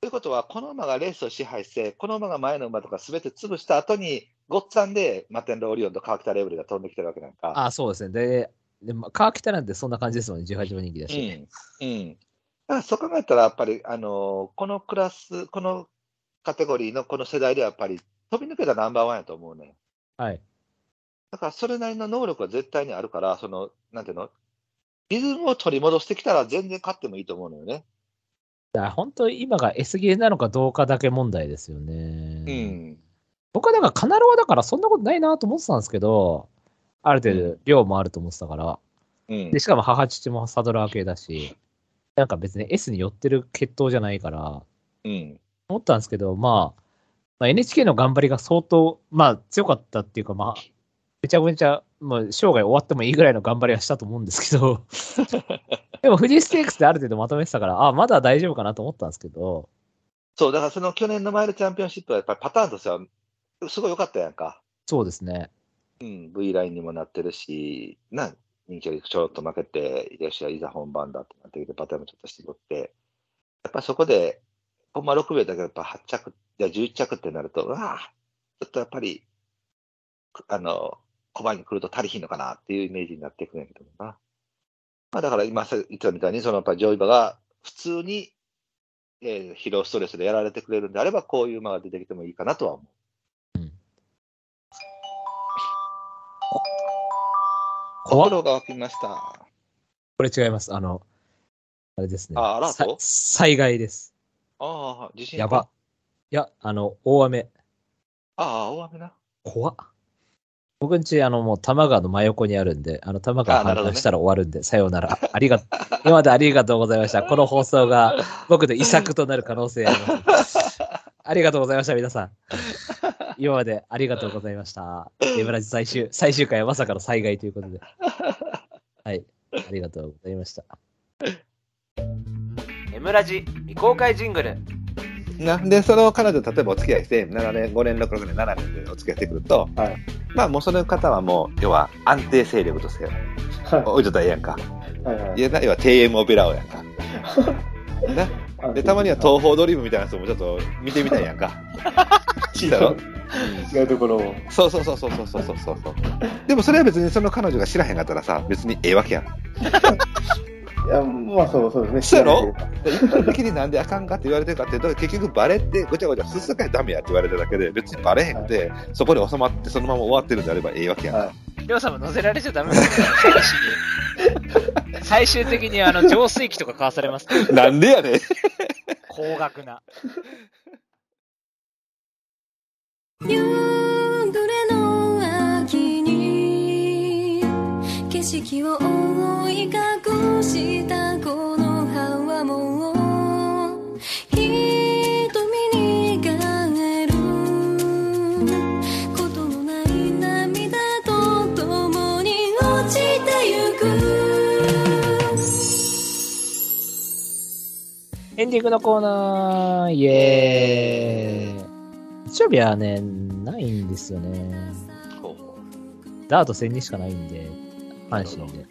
ということは、この馬がレースを支配して、この馬が前の馬とかすべて潰した後に、ごっつぁんでマテンローオリオンと川北レーブルが飛んできてるわけなんか。あ、そうですね。で、でまあ川北なんてそんな感じですもんね。18番人気だうし。ん。うん。だからそう考えたら、やっぱり、あのーこのクラス、このカテゴリーのこの世代ではやっぱり、飛び抜けたナンバーワンやと思うね。はい。だから、それなりの能力は絶対にあるから、その、なんていうの、リズムを取り戻してきたら全然勝ってもいいと思うのよね。だから本当に今が S ゲーなのかどうかだけ問題ですよね。う。ん。僕はだからカナロアだからそんなことないなと思ってたんですけど、ある程う度量もあると思ってたから、うんで、しかも母父もサドラー系だし、なんか別に S に寄ってる血統じゃないから、うん。思ったんですけど、まあ、まあ、NHK の頑張りが相当、まあ強かったっていうか、まあ、めちゃめちゃ、もう生涯終わってもいいぐらいの頑張りはしたと思うんですけど、 (laughs) でも富士ステークスってある程度まとめてたから、あ、まだ大丈夫かなと思ったんですけど、そう、だからその去年のマイルチャンピオンシップはやっぱりパターンとしては、すごい良かったやんか。そうですね。うん、V ラインにもなってるし、な、人気よりちょろっと負けて、よし、いざ本番だってなってきて、パターンもちょっと絞って、やっぱそこで、ほんま6秒だけど、やっぱ8着、いや11着ってなると、うわあちょっとやっぱり、くあの、小判に来ると足りひんのかなっていうイメージになっていくんやけどもな。まあだから今さ言ってたみたいに、そのやっぱり上位馬が普通に、えー疲労ストレスでやられてくれるんであれば、こういう馬が出てきてもいいかなとは思う。怖っ心が沸きました。これ違います。あの、あれですね。あアラートさ災害です。ああ、地震かやば。。いや、あの、大雨。ああ、大雨な。怖っ。僕んち、あの、もう、多摩川の真横にあるんで、あの、多摩川あなるほ氾ど濫ねしたら終わるんで、さようなら。ありが、今までありがとうございました。この放送 (laughs) が僕の遺作となる可能性あります。ありがとうございました、皆さん。今までありがとうございました。エブラジ最終、最終回はまさかの災害ということで。はい。ありがとうございました。エムラジ未公開ジングルなんで、その彼女、例えばお付き合いして、7年、5年、6年、7年でお付き合いしてくると、はいまあ、もうその方はもう、要は安定勢力として、はおいとったらええやんか。い。はいはいいや、要は TM オペラをや (laughs) んか。あで、たまには東方ドリームみたいな人もちょっと見てみたい (laughs) やんか。聞いたろ違うところを。そうそうそうそうそうそうそうそう。でもそれは別にその彼女が知らへんかったらさ、別にええわけやん。いや、まあそうそうですそね。うやろで一般的になんであかんかって言われてるかっていうと、結局バレってごちゃごちゃすすかいダメやって言われただけで、別にバレへんで、そこに収まってそのまま終わってるんであればええわけやん。はりょうさんも乗せられちゃダメ (laughs) ですよ話に最終的にあの浄水器とか買わされます (laughs) からなんでやねん。高額な。夕暮れの秋に景色を覆い隠したこの葉はもう瞳に変えることのない涙と共に落ちてゆくエンディングのコーナー、イエーイ。日曜日はね、ないんですよね。ダート戦にしかないんで、阪神で。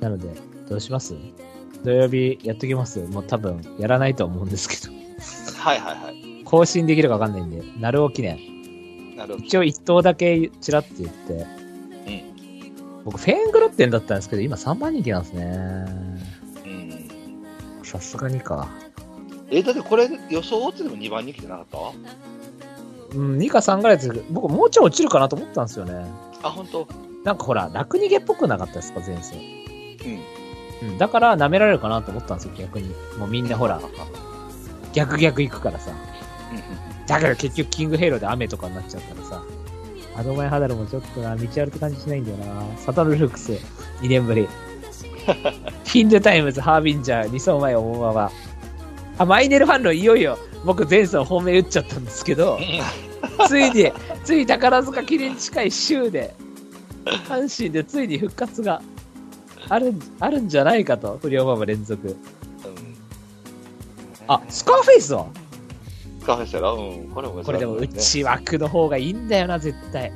なので、どうします土曜日やっときますもう多分やらないと思うんですけはいはいはい。ど。更新できるかわかんないんで、なるお記念。なるほど。一応一投だけチラって言って。僕、フェーングロッテンだったんですけど、今3番人気なんですね。うん。さすがにか。え、だってこれ予想オッズでも2番人気じゃなかったうん、2か3ぐらいですけど僕もうちょい落ちるかなと思ったんですよね。あ、本当。なんかほら、楽逃げっぽくなかったですか、前線。うん。うん、だから舐められるかなと思ったんですよ、逆に。もうみんなほらう、ん逆逆行くからさ。だから結局キングヘイローで雨とかになっちゃったらさ。アドマイハダルもちょっとな、道あるって感じしないんだよな。サタルルークス、2年ぶり。ヒンドゥタイムズ、ハービンジャー、2走前、大馬場。あ、マイネルファンロン、いよいよ、僕前走本命打っちゃったんですけど、ついに、ついに宝塚記念に近い週で、阪神でついに復活があるん、あるんじゃないかと、不良馬場連続。あ、スカーフェイスはカフェしたら、うん。これもこれでもう内枠の方がいいんだよな、絶対。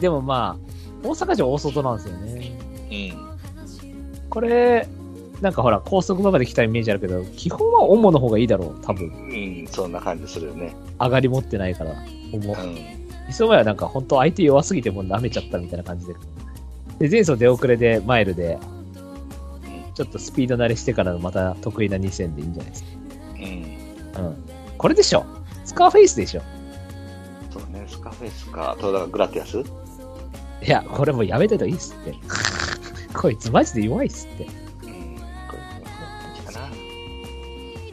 でもまあ、大阪城大外なんですよね。うん。これ、なんかほら、高速馬場で来たイメージあるけど、基本は主の方がいいだろう、多分。うん、そんな感じするよね。上がり持ってないから、思うう。ん。磯前はなんか本当相手弱すぎてもう舐めちゃったみたいな感じで。で、前走出遅れでマイルで、ちょっとスピード慣れしてからのまた得意な2000でいいんじゃないですうん。か。うん。これでしょ。スカーフェイスでしょ。そうね、スカフェスか。そうだからグラティアスいや、これもうやめてといいっすって。こいつマジで弱いっすって。うん。これいいかな。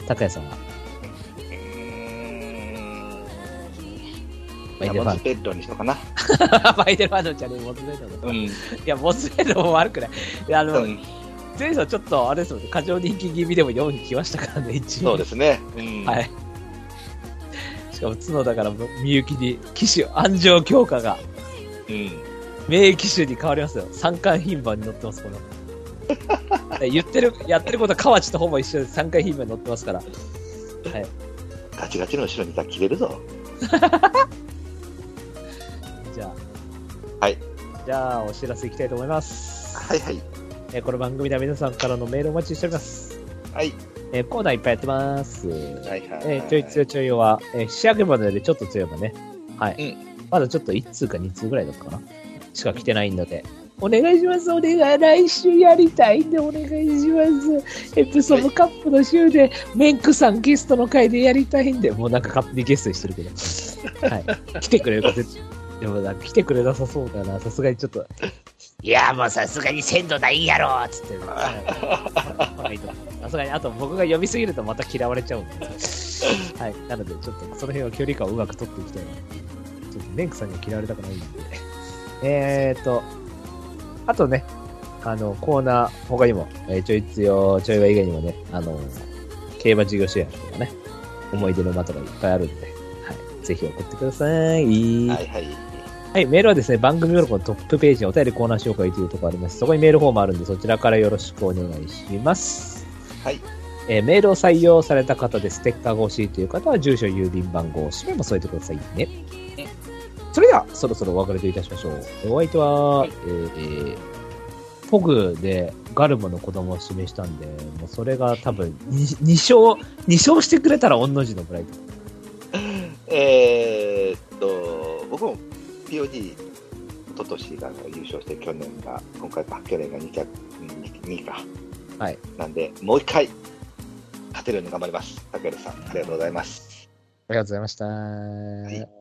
高谷さんは。うーんバイデルモファズベッドにしようかな。 (laughs) バイデルファンドじゃねえ、モズベードの。うん。いや、モズベードも悪くない。いやあうの、ん前さんちょっと、あれですもんね、過剰人気気味でも4に来ましたからね、一応。そうですね。うん。はい。しかも角田からもみゆきに、騎手、安城強化が、うん。名騎手に変わりますよ。三冠牝馬に乗ってます、こ (laughs) の。言ってる、やってることは河内とほぼ一緒で三冠牝馬に乗ってますから。はい。ガチガチの後ろにさ、切れるぞ。じゃあ。はい。じゃあ、お知らせいきたいと思います。はいはい。えーこの番組では皆さんからのメールをお待ちしております。はい。えーコーナーいっぱいやってます。えはいはい。ーちょい強いちょい弱は、えー仕上げまでよりちょっと強いもね。はい。うまだちょっと1通か2通ぐらいだったかな。しか来てないので。お願いします、お願い。来週やりたいんで、お願いします。エプソムカップの週で、メンクさんゲストの回でやりたいんで、もうなんか勝手にゲストにしてるけ (laughs) ど。はい。来てくれるか、絶対でもなんか来てくれなさそうだな、さすがにちょっと。いや、もうさすがに鮮度ないやろっつって。はいさすがに、あと僕が呼びすぎるとまた嫌われちゃうんで。はい。なので、ちょっとその辺は距離感をうまく取っていきたいな。ちょっとメンクさんには嫌われたくないんで。えーと、あとね、あの、コーナー、他にも、えーちょいつよ、ちょいわ以外にもね、あの、競馬事業支援とかね、思い出の馬とかいっぱいあるんで、はい。ぜひ送ってください。はいはい。はい、メールはですね、番組ブログのトップページにお便りコーナー紹介というところあります。そこにメールフォームあるんで、そちらからよろしくお願いします。はい。えーメールを採用された方でステッカーが欲しいという方は、住所、郵便番号、氏名も添えてくださいね。それでは、そろそろお別れといたしましょう。お相手は、えーえーポグでガルムの子供を指名したんで、もうそれが多分2、2勝、2勝してくれたら御の字のブライト。えーっと、僕も POD、一昨年が優勝して、去年が、今回か、去年が2着、2位か。はい。なんで、もう一回、勝てるように頑張ります。たけるさん、ありがとうございます。ありがとうございました。い